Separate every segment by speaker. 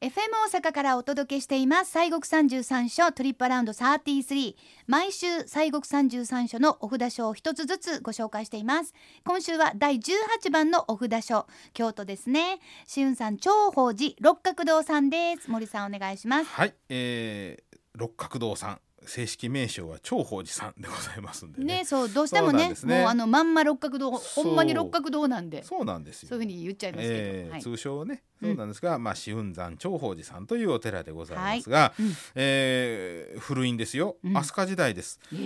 Speaker 1: FM 大阪からお届けしています西国三十三所トリップアラウンド33毎週西国三十三所のお札書を一つずつご紹介しています今週は第18番のお札書京都ですねしゅんさん長宝寺六角堂さんです森さんお願いします
Speaker 2: はい、えー、六角堂さん正式名称は長宝寺さんでございますんでね
Speaker 1: ねそうどうしても
Speaker 2: そう
Speaker 1: ね
Speaker 2: なんですね
Speaker 1: もうあのまんま六角堂ほ
Speaker 2: そうん
Speaker 1: まに六角堂なんでそう
Speaker 2: そうなんですよ
Speaker 1: いうふうに言っちゃいますけど、
Speaker 2: えー
Speaker 1: はい
Speaker 2: 通称はね
Speaker 1: うん
Speaker 2: そうなんですが、まあ紫雲山長宝寺さんというお寺でございますが、
Speaker 1: いうん
Speaker 2: えー古いんですよ、
Speaker 1: うん
Speaker 2: 飛鳥時代です、
Speaker 1: え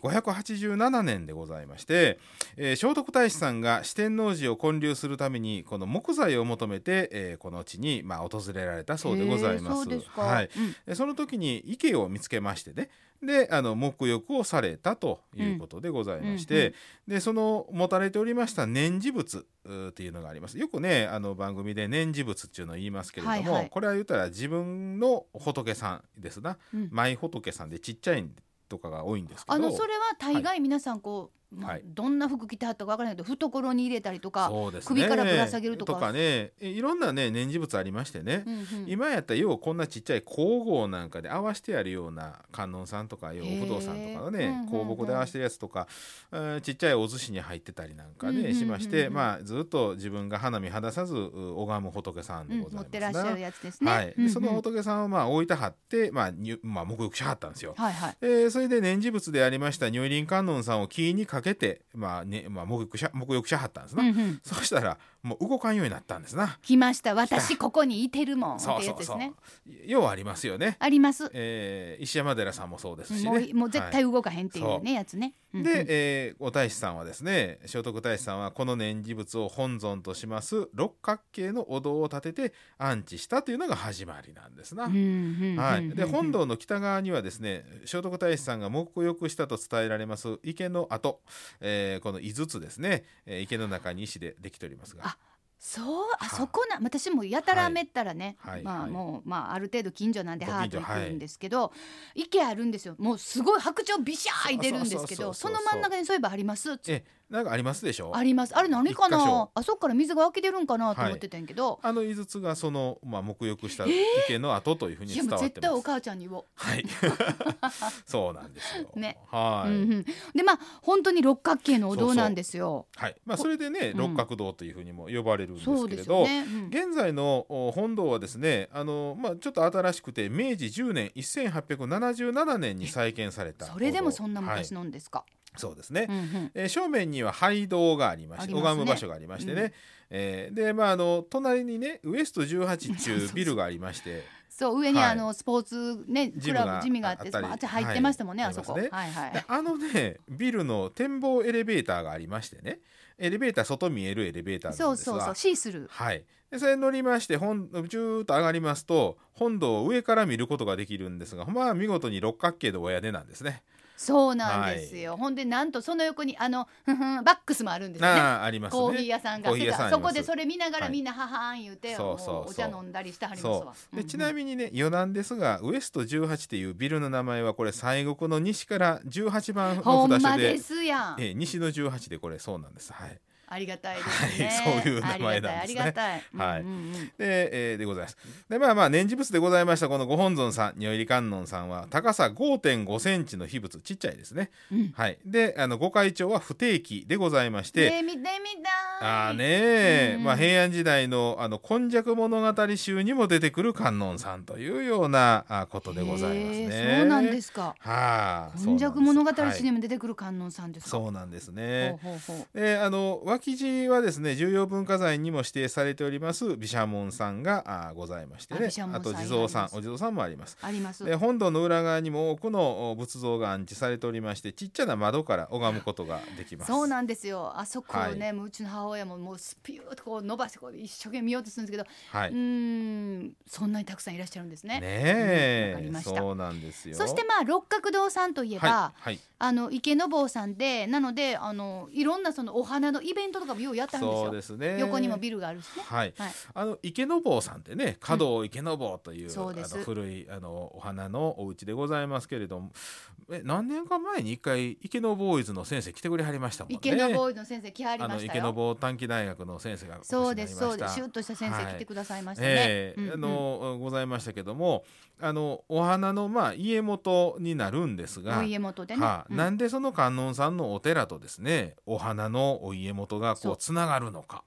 Speaker 2: えー、587年でございまして、えー、聖徳太子さんが四天王寺を建立するためにこの木材を求めて、えー、この地にまあ訪れられたそうでございま
Speaker 1: えーそ
Speaker 2: す。
Speaker 1: うですか、
Speaker 2: はい、
Speaker 1: うん
Speaker 2: でその時に池を見つけましてねであの沐浴をされたということでございまして、
Speaker 1: うんうんうん
Speaker 2: でその持たれておりました念持仏うーっていうのがありますよくねあの番組で念持仏っていうのを言いますけれども、
Speaker 1: はいはい
Speaker 2: これは言ったら自分の仏さんですな、
Speaker 1: うん
Speaker 2: マイ仏さんでちっちゃいとかが多いんですけど
Speaker 1: あのそれは大概皆さんこう、まあ
Speaker 2: はい
Speaker 1: どんな服着てはったかわからないけど懐に入れたりとか、
Speaker 2: そうですね
Speaker 1: 首からぶら下げるとか
Speaker 2: ねえいろんなね念持仏ありましてね、
Speaker 1: うんうん
Speaker 2: 今やったらようこんなちっちゃい工具なんかで合わしてやるような観音さんとかよう
Speaker 1: へえ
Speaker 2: 不動さんとかの
Speaker 1: うんうんう
Speaker 2: ね
Speaker 1: ん
Speaker 2: 香木で合わしてるやつとか、えーちっちゃいお寿司に入ってたりなんか
Speaker 1: うんうんうんうん
Speaker 2: ねしましてまあずっと自分が花見離さずう拝む仏さん
Speaker 1: う
Speaker 2: で
Speaker 1: ん
Speaker 2: ございますな
Speaker 1: 持ってらっしゃるやつですね。
Speaker 2: はいで
Speaker 1: うんうん
Speaker 2: その仏さんをまあ置いてはってまあにまあ沐浴しはったんですよ。
Speaker 1: はいはい。
Speaker 2: えーそれで念持仏でありました如意輪観音さんを木にかけて、まあねまあ、沐浴しゃ沐浴しはったんですな、
Speaker 1: うんうん
Speaker 2: そしたらもう動かんようになったんですな、
Speaker 1: 来ました私ここにいてるもんって
Speaker 2: そ
Speaker 1: や
Speaker 2: うそ
Speaker 1: つ
Speaker 2: う
Speaker 1: です
Speaker 2: そう、
Speaker 1: ね。
Speaker 2: ようありますよね
Speaker 1: あります。
Speaker 2: えー石山寺さんもそうですし
Speaker 1: も
Speaker 2: ね。
Speaker 1: うもう絶
Speaker 2: は
Speaker 1: 対動かへんっていうね、
Speaker 2: そう
Speaker 1: やつね。うんう
Speaker 2: い
Speaker 1: ん
Speaker 2: で、えーお太子さんはですね聖徳太子さんはこの念持仏を本尊とします六角形のお堂を建てて安置したというのが始まりなんですな。
Speaker 1: うんうん
Speaker 2: はい、で
Speaker 1: うんうん
Speaker 2: 本堂の北側にはですね聖徳太子さんが沐浴したと伝えられます池の跡、えーこの井筒ですね、えー池の中に石でできておりますが
Speaker 1: あそうあそこな私もやたらめったらね、
Speaker 2: はい
Speaker 1: まあ
Speaker 2: はい
Speaker 1: もうまあある程度近所なんで
Speaker 2: ご
Speaker 1: ハー
Speaker 2: 近
Speaker 1: ト
Speaker 2: 所
Speaker 1: 行くんですけど、池あるんですよもうすごい白鳥ビシャーい出るんですけどそ
Speaker 2: そ
Speaker 1: う
Speaker 2: そうそうそうそう
Speaker 1: の真ん中にそういえばありますつ
Speaker 2: えなんかありますでしょ
Speaker 1: ありますあれ何か
Speaker 2: 一箇
Speaker 1: な
Speaker 2: 所
Speaker 1: あそこから水が湧き出るんかなと思ってたんやけど、
Speaker 2: あの井筒がその、まあ、沐浴した池の跡というふう
Speaker 1: い、
Speaker 2: に
Speaker 1: や
Speaker 2: 伝
Speaker 1: も
Speaker 2: わ
Speaker 1: う
Speaker 2: っ
Speaker 1: 絶
Speaker 2: てます。
Speaker 1: 対お母ちゃんに言おう。
Speaker 2: はい。 そうなんですよ。
Speaker 1: ね
Speaker 2: はい。
Speaker 1: うんうん、でまあ本当に六角形のお
Speaker 2: そうそ
Speaker 1: 堂
Speaker 2: う
Speaker 1: なんですよ。
Speaker 2: はい。まあそれでね、
Speaker 1: うん
Speaker 2: 六角堂というふうにも呼ばれるんです
Speaker 1: そう
Speaker 2: け
Speaker 1: で
Speaker 2: れ
Speaker 1: すよ
Speaker 2: ど。
Speaker 1: ね。うん
Speaker 2: 現在のお本堂はですね、あのまあちょっと新しくて明治10年1877年に再建されたお堂。
Speaker 1: それでもそんな
Speaker 2: はい
Speaker 1: 昔なんですか。
Speaker 2: そうですね。
Speaker 1: うんうん
Speaker 2: えー正面には拝堂がありまし
Speaker 1: あ
Speaker 2: て
Speaker 1: りますね
Speaker 2: 拝む場所がありましてね、
Speaker 1: う
Speaker 2: えーでまああの隣にねウエスト18っ ていうビルがありまして
Speaker 1: そう上に
Speaker 2: はい
Speaker 1: あのスポーツねク
Speaker 2: ジム
Speaker 1: ラ
Speaker 2: が
Speaker 1: ブジムがあっ
Speaker 2: あ
Speaker 1: て
Speaker 2: ったり
Speaker 1: あっち入ってましたもんね
Speaker 2: はい
Speaker 1: あそこ。
Speaker 2: あ
Speaker 1: は
Speaker 2: り
Speaker 1: い
Speaker 2: ま
Speaker 1: は
Speaker 2: で
Speaker 1: い。
Speaker 2: あのねビルの展望エレベーターがありましてねエレベーター外見えるエレベーターな
Speaker 1: そ
Speaker 2: ん
Speaker 1: う
Speaker 2: です
Speaker 1: そうそう
Speaker 2: が
Speaker 1: シースルー。
Speaker 2: はいでそれに乗りまして本ジューッと上がりますと本堂を上から見ることができるんですがまあ見事に六角形のお屋根なんですね。
Speaker 1: そうなんですよ。ほんでなんとその横にあのふんふんバックスもあるんですよね。
Speaker 2: ああありますね。
Speaker 1: コーヒー屋さんが
Speaker 2: コーヒー屋さんあり
Speaker 1: そこ
Speaker 2: ます
Speaker 1: でそれ見ながら
Speaker 2: はい
Speaker 1: みんなははん言うて
Speaker 2: そ
Speaker 1: も
Speaker 2: うそうそう
Speaker 1: うお茶飲んだりしてはります
Speaker 2: そ
Speaker 1: わ。
Speaker 2: うでちなみにね余談ですがウエスト18っていうビルの名前はこれ西国の西から18番
Speaker 1: うんほ
Speaker 2: の
Speaker 1: ん
Speaker 2: 札
Speaker 1: ま
Speaker 2: 所で
Speaker 1: ですやん。
Speaker 2: えー西の18でこれそうなんです。はい
Speaker 1: ありがたいですね。
Speaker 2: はいそういう名前なんですね
Speaker 1: ありがたい。ありがた
Speaker 2: はい
Speaker 1: いうんうんうん
Speaker 2: で、えーでございます。で、まあまあ、念持仏でございました、このご本尊さん、如意理観音さんは、高さ5.5センチの秘仏、ちっちゃいですね。
Speaker 1: うん
Speaker 2: はい。で、あの、ご会長は不定期でございまして、
Speaker 1: で見てみたい。
Speaker 2: ああねえ、
Speaker 1: うん
Speaker 2: まあ平安時代のあの今昔物語集にも出てくる観音さんというようなあことでございます
Speaker 1: へ
Speaker 2: ね。。
Speaker 1: えそうなんですすか。
Speaker 2: はあ。
Speaker 1: 今昔物語
Speaker 2: そうなんです
Speaker 1: 史にも出てくる観音さんで
Speaker 2: はい
Speaker 1: すか。
Speaker 2: そうなんですね。
Speaker 1: ほうほうほう
Speaker 2: えーあの脇地はですね重要文化財にも指定されております毘沙門さんがあーございまして
Speaker 1: あ
Speaker 2: ね
Speaker 1: 毘沙門
Speaker 2: あ
Speaker 1: さん
Speaker 2: と地蔵さん
Speaker 1: あります
Speaker 2: お地蔵さんもあります。
Speaker 1: あります。
Speaker 2: で本堂の裏側にも多くのお仏像が安置されておりましてちっちゃな窓から拝むことができます。
Speaker 1: そうなんですよ。あそこをね、
Speaker 2: は
Speaker 1: もううちの母親ももうスピューッとこう伸ばしてこう一生懸命見ようとするんですけど、
Speaker 2: はいう
Speaker 1: ーん、そんなにたくさんいらっしゃるんですね。
Speaker 2: ねえ
Speaker 1: うんわかりました
Speaker 2: そうなんですよ。
Speaker 1: そしてまあ六角堂さんといえば、
Speaker 2: はいはい
Speaker 1: あの池坊さんでなのであのいろんなそのお花のイベントとかもようやったんです
Speaker 2: そう
Speaker 1: よ
Speaker 2: ですね
Speaker 1: 横にもビルがあるしね
Speaker 2: はい、
Speaker 1: はい
Speaker 2: あの池坊さんってね華道池坊という,、
Speaker 1: そうで
Speaker 2: あ
Speaker 1: す
Speaker 2: の古いあのお花のお家でございますけれどもえ何年か前に一回池坊ボーイズの先生来てくれはりましたもんね
Speaker 1: 池のボーイの先生来はり
Speaker 2: あ
Speaker 1: ま
Speaker 2: の
Speaker 1: した
Speaker 2: 池
Speaker 1: よ
Speaker 2: 坊短期大学の先生がお越しに
Speaker 1: そう
Speaker 2: なりま
Speaker 1: で
Speaker 2: し
Speaker 1: す
Speaker 2: た
Speaker 1: そうですシュッとした先生
Speaker 2: はい
Speaker 1: 来てくださいましたね、
Speaker 2: ええ
Speaker 1: うんうん
Speaker 2: あのございましたけどもあのお花のまあ家元になるんですが
Speaker 1: お家元でね、
Speaker 2: はい
Speaker 1: うん
Speaker 2: なんでその観音さんのお寺とですねお花のお家元が
Speaker 1: そ
Speaker 2: こ
Speaker 1: う
Speaker 2: うつながるのか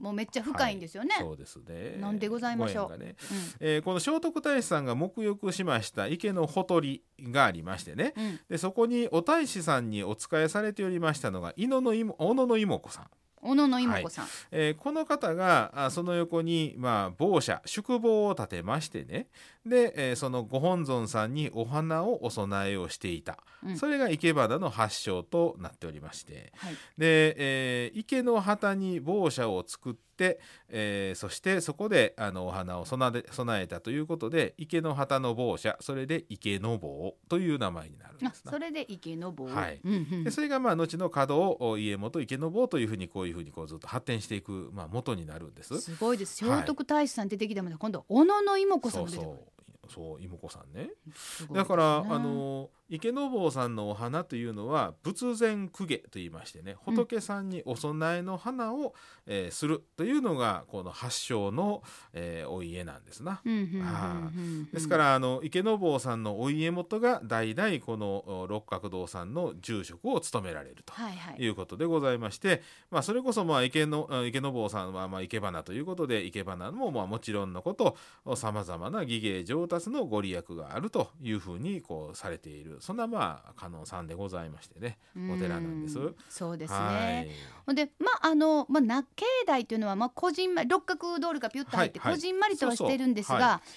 Speaker 1: もうめっちゃ深いんですよね、
Speaker 2: そうですね
Speaker 1: なんでございましょう
Speaker 2: ご縁がねえーこの聖徳太子さんが沐浴しました池のほとりがありましてね
Speaker 1: うんうん
Speaker 2: でそこにお太子さんにお仕えされておりましたのが井野の妹小野の妹子さん、
Speaker 1: 小野の妹子さん、
Speaker 2: えーこの方があその横にまあ坊舎宿坊を建てましてねで、えーそのご本尊さんにお花をお供えをしていた、
Speaker 1: うん
Speaker 2: それが生け花の発祥となっておりまして
Speaker 1: はい
Speaker 2: で、えー池の旗に坊舎を作って、えーそしてそこであのお花を備え備えたということで池の旗の坊舎それで池の坊という名前になるんで
Speaker 1: あ
Speaker 2: すな
Speaker 1: それで池の坊、
Speaker 2: はい
Speaker 1: うんうん
Speaker 2: でそれがまあ後の稼働を家元池の坊というふうにこういうふうにこうずっと発展していくまあ元になるんです。
Speaker 1: すごいです聖
Speaker 2: はい
Speaker 1: 徳太子さん出てきたもんね今度小野の妹子さんも
Speaker 2: そう
Speaker 1: 出てくる
Speaker 2: そうそう妹子さんね
Speaker 1: すごいで
Speaker 2: だ
Speaker 1: すね
Speaker 2: から、あの池の坊さんのお花というのは仏前公家と言いましてね仏さんにお供えの花を、えーするというのがこの発祥の、えーお家なんですな。
Speaker 1: うんうんうんうん
Speaker 2: は
Speaker 1: うん
Speaker 2: ですから、あの池坊さんのお家元が代々このお六角堂さんの住職を務められると
Speaker 1: はいはい
Speaker 2: いうことでございまして、まあ、それこそまあ池のあ池坊さんはまあ池花ということで池花もまあもちろんのことさまざまな技芸上達のご利益があるというふうにこうされているそんなまあ観音さんでございましてね。お寺なんです
Speaker 1: うそうです
Speaker 2: は
Speaker 1: ね
Speaker 2: い
Speaker 1: ほんでまああの、まあ、な境内というのは、まあ、こじんまり六角ドールがピュッと入って、
Speaker 2: はいはい
Speaker 1: こじんまりとはしてるんですが
Speaker 2: そうそ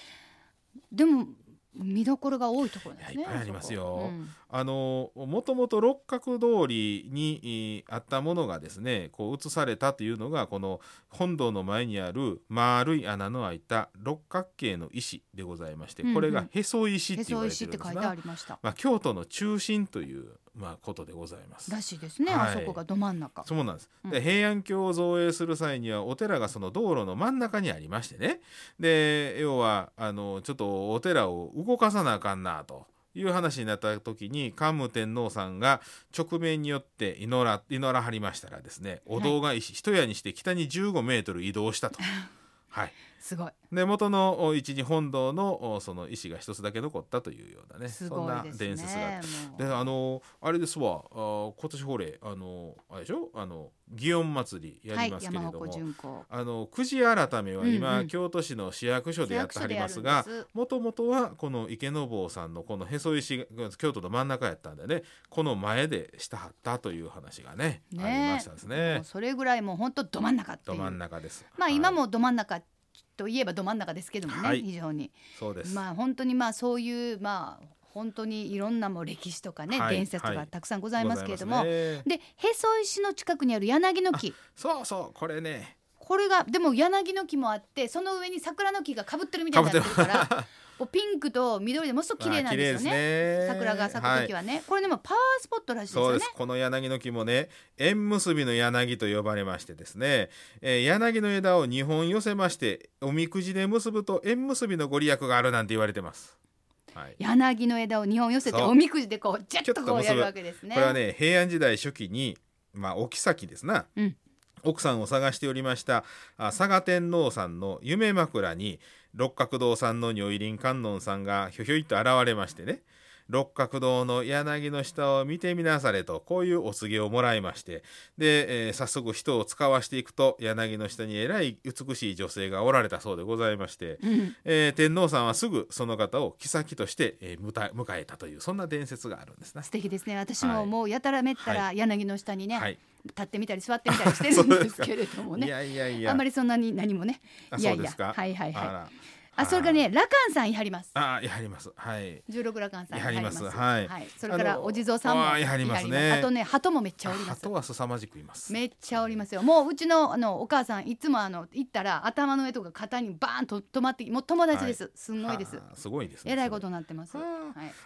Speaker 1: でも見どころが多いところなんですね。
Speaker 2: いやいっぱいありますよ
Speaker 1: そこうん
Speaker 2: あのもともと六角通りにえーあったものがですねこう移されたというのがこの本堂の前にある丸い穴の開いた六角形の石でございまして
Speaker 1: うんうん
Speaker 2: これがへそ石って
Speaker 1: へ
Speaker 2: 言わ
Speaker 1: そ
Speaker 2: れて
Speaker 1: 石っ
Speaker 2: るんで
Speaker 1: て書い
Speaker 2: す
Speaker 1: てあ
Speaker 2: が、
Speaker 1: りました。
Speaker 2: まあ、京都の中心という、まあ、ことでございます。
Speaker 1: らしいですね、
Speaker 2: はい
Speaker 1: あそこがど真ん中。
Speaker 2: そうなんです、
Speaker 1: うん
Speaker 2: で平安京を造営する際にはお寺がその道路の真ん中にありましてねで要はあのちょっとお寺を動かさなあかんなという話になった時に桓武天皇さんが直面によって祈ら祈らはりましたらですねお堂が一一夜にして北に15メートル移動し たと。はい、
Speaker 1: すごい。
Speaker 2: で元のお位置に本堂のおその石が一つだけ残ったというようなね
Speaker 1: す
Speaker 2: そん
Speaker 1: ごい
Speaker 2: な
Speaker 1: ですね。
Speaker 2: 伝説があって
Speaker 1: もう
Speaker 2: であのあれですわあー今年ほれあのあれでしょあの祇園祭りや
Speaker 1: は
Speaker 2: り
Speaker 1: い
Speaker 2: ます、けれ
Speaker 1: 山
Speaker 2: ども、
Speaker 1: 鉾巡行。
Speaker 2: あのくじ改めは今、
Speaker 1: うんうん
Speaker 2: 京都市の市役所でやってはります
Speaker 1: 市
Speaker 2: が
Speaker 1: 役所でやるんです
Speaker 2: もともとはこの池坊さんのこのへそ石が京都の真ん中やったんでねこの前でしたはったという話がね
Speaker 1: ね
Speaker 2: ありましたです
Speaker 1: も
Speaker 2: ね
Speaker 1: う。それぐらいもう本当ど真ん中ってい
Speaker 2: ど
Speaker 1: う。
Speaker 2: 真ん中です。
Speaker 1: まあ今
Speaker 2: はい
Speaker 1: もど真ん中といえばど真ん中ですけどもね、
Speaker 2: はい
Speaker 1: 非常に。
Speaker 2: そうです、
Speaker 1: まあ本当にまあそういうまあ本当にいろんなもう歴史とかね、
Speaker 2: はい
Speaker 1: 伝説と
Speaker 2: は
Speaker 1: か
Speaker 2: い
Speaker 1: たくさんございますけれども、
Speaker 2: ございますね
Speaker 1: でへそ石の近くにある柳の木
Speaker 2: そうそうこれね
Speaker 1: これがでも柳の木もあってその上に桜の木がかぶってるみたいになってるからこうピンクと緑でものすごく綺麗なんですよ
Speaker 2: あ
Speaker 1: ね
Speaker 2: 綺麗ですね
Speaker 1: 桜が咲く時はね、これでもパワースポットらしいです
Speaker 2: そう
Speaker 1: よ
Speaker 2: で
Speaker 1: ね
Speaker 2: す、この柳の木もね縁結びの柳と呼ばれましてですね、えー柳の枝を2本寄せましておみくじで結ぶと縁結びのご利益があるなんて言われてます。はい
Speaker 1: 柳の枝を2本寄せて
Speaker 2: そう
Speaker 1: おみくじでこうジャッと
Speaker 2: キュッ
Speaker 1: こ
Speaker 2: と
Speaker 1: うや
Speaker 2: 結ぶ
Speaker 1: るわけですね
Speaker 2: これはね平安時代初期に、まあ、お妃ですな、
Speaker 1: うん
Speaker 2: 奥さんを探しておりましたあ佐賀天皇さんの夢枕に六角堂さんの如意輪観音さんがひょひょいっと現れましてね六角堂の柳の下を見てみなされとこういうお告げをもらいましてで、えー早速人を使わしていくと柳の下にえらい美しい女性がおられたそうでございまして、
Speaker 1: うん、
Speaker 2: えー天皇さんはすぐその方を妃として、えーむた迎えたというそんな伝説があるんですね
Speaker 1: 素。敵ですね私ももうやたらめったら柳の下にね、
Speaker 2: はい
Speaker 1: 立ってみたり座ってみたりしてるんですけれども
Speaker 2: い
Speaker 1: ね
Speaker 2: やいやいや。
Speaker 1: あんまりそんなに何もね
Speaker 2: あ
Speaker 1: いや
Speaker 2: そ
Speaker 1: い
Speaker 2: うで
Speaker 1: や
Speaker 2: すか。
Speaker 1: はいはい
Speaker 2: あ
Speaker 1: は
Speaker 2: ら
Speaker 1: いあそれからね羅漢さんいはります
Speaker 2: ああやはりますはい
Speaker 1: 十六羅漢さん
Speaker 2: いはりますはい
Speaker 1: それか
Speaker 2: あ
Speaker 1: ら
Speaker 2: の
Speaker 1: お地蔵さんも
Speaker 2: あーいはりますね
Speaker 1: あとね鳩もめっちゃおり
Speaker 2: あ
Speaker 1: ます
Speaker 2: とは凄まじくいます
Speaker 1: めっちゃおりますよもううちのあのお母さんいつもあの行ったら頭の上とか肩にバーンと止まってもう友達です、すんごいです
Speaker 2: はあすごいですね
Speaker 1: えらいことになってます、
Speaker 2: は
Speaker 1: はい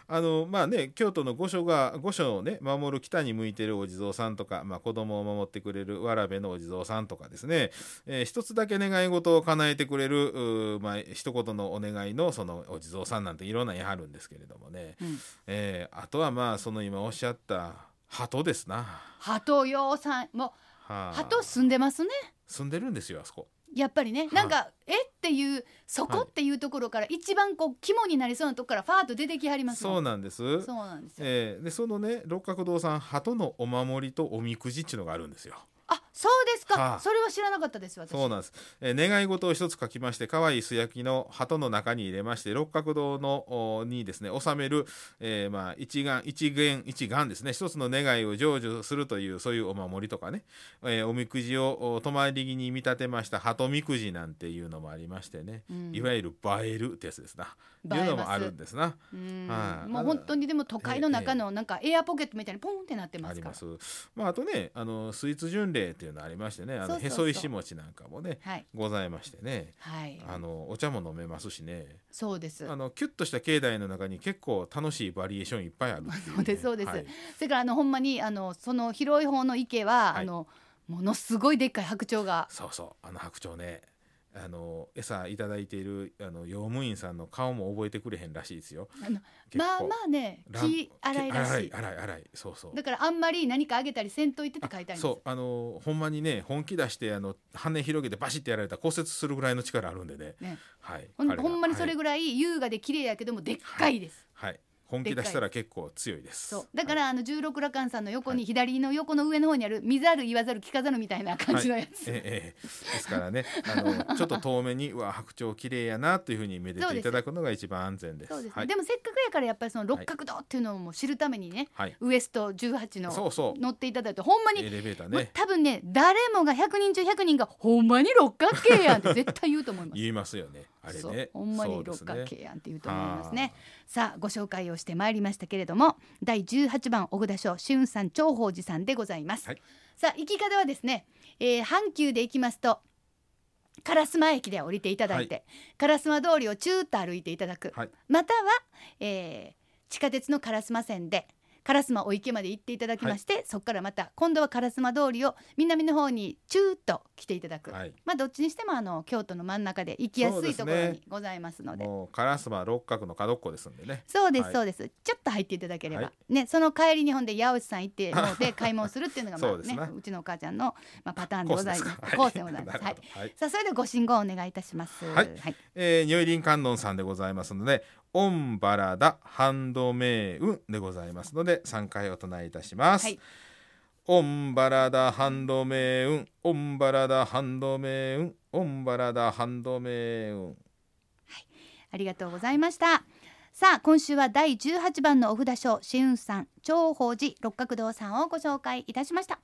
Speaker 2: ああのまあね京都の御所が御所をね守る北に向いてるお地蔵さんとか、まあ、子供を守ってくれるわらべのお地蔵さんとかですね、えー一つだけ願い事を叶えてくれるうーまあ一言のお願いのそのお地蔵さんなんていろんなやはるんですけれどもね、
Speaker 1: うん
Speaker 2: えーあとはまあその今おっしゃった鳩ですな。
Speaker 1: 鳩ようさんもう
Speaker 2: はあ
Speaker 1: 鳩住んでますね
Speaker 2: 住んでるんですよあそこ。
Speaker 1: やっぱりね
Speaker 2: い
Speaker 1: なんかえっていうそ
Speaker 2: は
Speaker 1: こ
Speaker 2: い
Speaker 1: っていうところから一番こう肝になりそうなとこからファーッと出てきはります
Speaker 2: そ
Speaker 1: も
Speaker 2: うんなんです。
Speaker 1: そうなんですよ
Speaker 2: えーでそのね六角堂さん鳩のお守りとおみくじっていうのがあるんですよ。
Speaker 1: あそうですか、
Speaker 2: はあ
Speaker 1: それは知らなかったです私
Speaker 2: そうなんです、えー願い事を一つ書きまして可愛い素焼きの鳩の中に入れまして六角堂のおにですね納める、えーまあ、一眼一元一眼ですね一つの願いを成就するというそういうお守りとかね、えーおみくじをお泊まり木に見立てました鳩みくじなんていうのもありましてね、
Speaker 1: うん
Speaker 2: いわゆる映えるってやつですな。
Speaker 1: 映えます
Speaker 2: いうのもあるんですな。
Speaker 1: うん
Speaker 2: はい
Speaker 1: もう本当にでも都会の中のなんかエアポケットみたいにポンってなってま
Speaker 2: あ
Speaker 1: す
Speaker 2: り
Speaker 1: か
Speaker 2: ま
Speaker 1: ら
Speaker 2: す。まああとね、あのスイーツ巡礼っていうのありましてね、
Speaker 1: そ
Speaker 2: あ
Speaker 1: う
Speaker 2: の
Speaker 1: そう
Speaker 2: へ
Speaker 1: そう
Speaker 2: そ石餅なんかもね
Speaker 1: はい
Speaker 2: ございましてね、
Speaker 1: はい
Speaker 2: あのお茶も飲めますしね、
Speaker 1: そうです
Speaker 2: あのキュッとした境内の中に結構楽しいバリエーションいっぱいあるっていね
Speaker 1: そうですそうです
Speaker 2: はい
Speaker 1: それからあのほんまにあのその広い方の池は、
Speaker 2: はい
Speaker 1: あのものすごいでっかい白鳥が
Speaker 2: そうそう、あの白鳥ね。あの餌いただいているあの用務員さんの顔も覚えてくれへんらしいですよ。
Speaker 1: あの
Speaker 2: 結構
Speaker 1: まあまあね
Speaker 2: ラン
Speaker 1: 気荒いらしい
Speaker 2: 荒い荒いそうそう。
Speaker 1: だからあんまり何かあげたりせんといてって書いてあります
Speaker 2: そうあのほんまにね本気出してあの羽広げてバシッてやられたら骨折するぐらいの力あるんでね。
Speaker 1: ね
Speaker 2: はい。
Speaker 1: ほん
Speaker 2: 彼が
Speaker 1: ほんまにそ
Speaker 2: はい
Speaker 1: れぐらい優雅で綺麗やけどもでっかいです、
Speaker 2: はい、本気出したら結構強いです。
Speaker 1: そうだから
Speaker 2: は
Speaker 1: あの十六羅漢さんの横に、
Speaker 2: はい
Speaker 1: 左の横の上の方にある見ざる言わざる聞かざるみたいない感じのやつ、
Speaker 2: はいええええですからね、あのちょっと遠目にうわ白鳥綺麗やなというふうにめで
Speaker 1: そう
Speaker 2: て
Speaker 1: で
Speaker 2: い
Speaker 1: す
Speaker 2: ただくのが一番安全です。
Speaker 1: そうですね、
Speaker 2: はい
Speaker 1: でもせっかくやからやっぱりその六角堂っていうのをもう知るためにね、
Speaker 2: はい
Speaker 1: ウエスト18の
Speaker 2: そうそう
Speaker 1: 乗っていただいてほんまに
Speaker 2: エレベーター
Speaker 1: まあ
Speaker 2: ね、
Speaker 1: 多分ね誰もが100人中100人が「ほんまに六角形やん」って絶対言うと思います。
Speaker 2: 言いますよね。あれ
Speaker 1: そう
Speaker 2: ね、
Speaker 1: ほんま
Speaker 2: そ
Speaker 1: に
Speaker 2: うで
Speaker 1: 六
Speaker 2: す
Speaker 1: 角
Speaker 2: ね
Speaker 1: 形やんって言うと思いますねさあご紹介をしてまいりましたけれども第18番小札賞俊さん長宝寺さんでございます、
Speaker 2: はい
Speaker 1: さあ行き方はですね、えー阪急で行きますと烏丸駅で降りていただいて、烏丸通りをチューッと歩いていただく、
Speaker 2: はい
Speaker 1: または、えー地下鉄の烏丸線で烏丸お池まで行っていただきまして、そこからまた今度は烏丸通りを南の方にチューッと来ていただく、
Speaker 2: はい
Speaker 1: まあどっちにしてもあの京都の真ん中で行きやすいとこ
Speaker 2: そう
Speaker 1: ろ
Speaker 2: です
Speaker 1: にございますので。
Speaker 2: もうカラスマ六角の角っこですんでね。
Speaker 1: そうです、
Speaker 2: はい
Speaker 1: そうです。ちょっと入っていただければ、
Speaker 2: は
Speaker 1: ね、その帰りにほんで八百屋さん行ってもうて買い物するっていうのがまあ
Speaker 2: そうです
Speaker 1: ね、
Speaker 2: ね
Speaker 1: うちのお母ちゃんのまあパターンでございます
Speaker 2: コースで。すか
Speaker 1: コースでございます。
Speaker 2: な
Speaker 1: は
Speaker 2: る
Speaker 1: い
Speaker 2: ほ。どはい
Speaker 1: さあそれではご信号お願いいたします。
Speaker 2: はいえー、如意林観音さんでございますので「オンバラダハンドメイウン」でございますので3回お唱えいたします。
Speaker 1: はい
Speaker 2: オンバラダハンドメイウンオンバラダハンドメイウンオンバラダハンドメイウン
Speaker 1: ありがとうございました。さあ今週は第18番のお札賞、しうんさん、長宝寺六角堂さんをご紹介いたしました。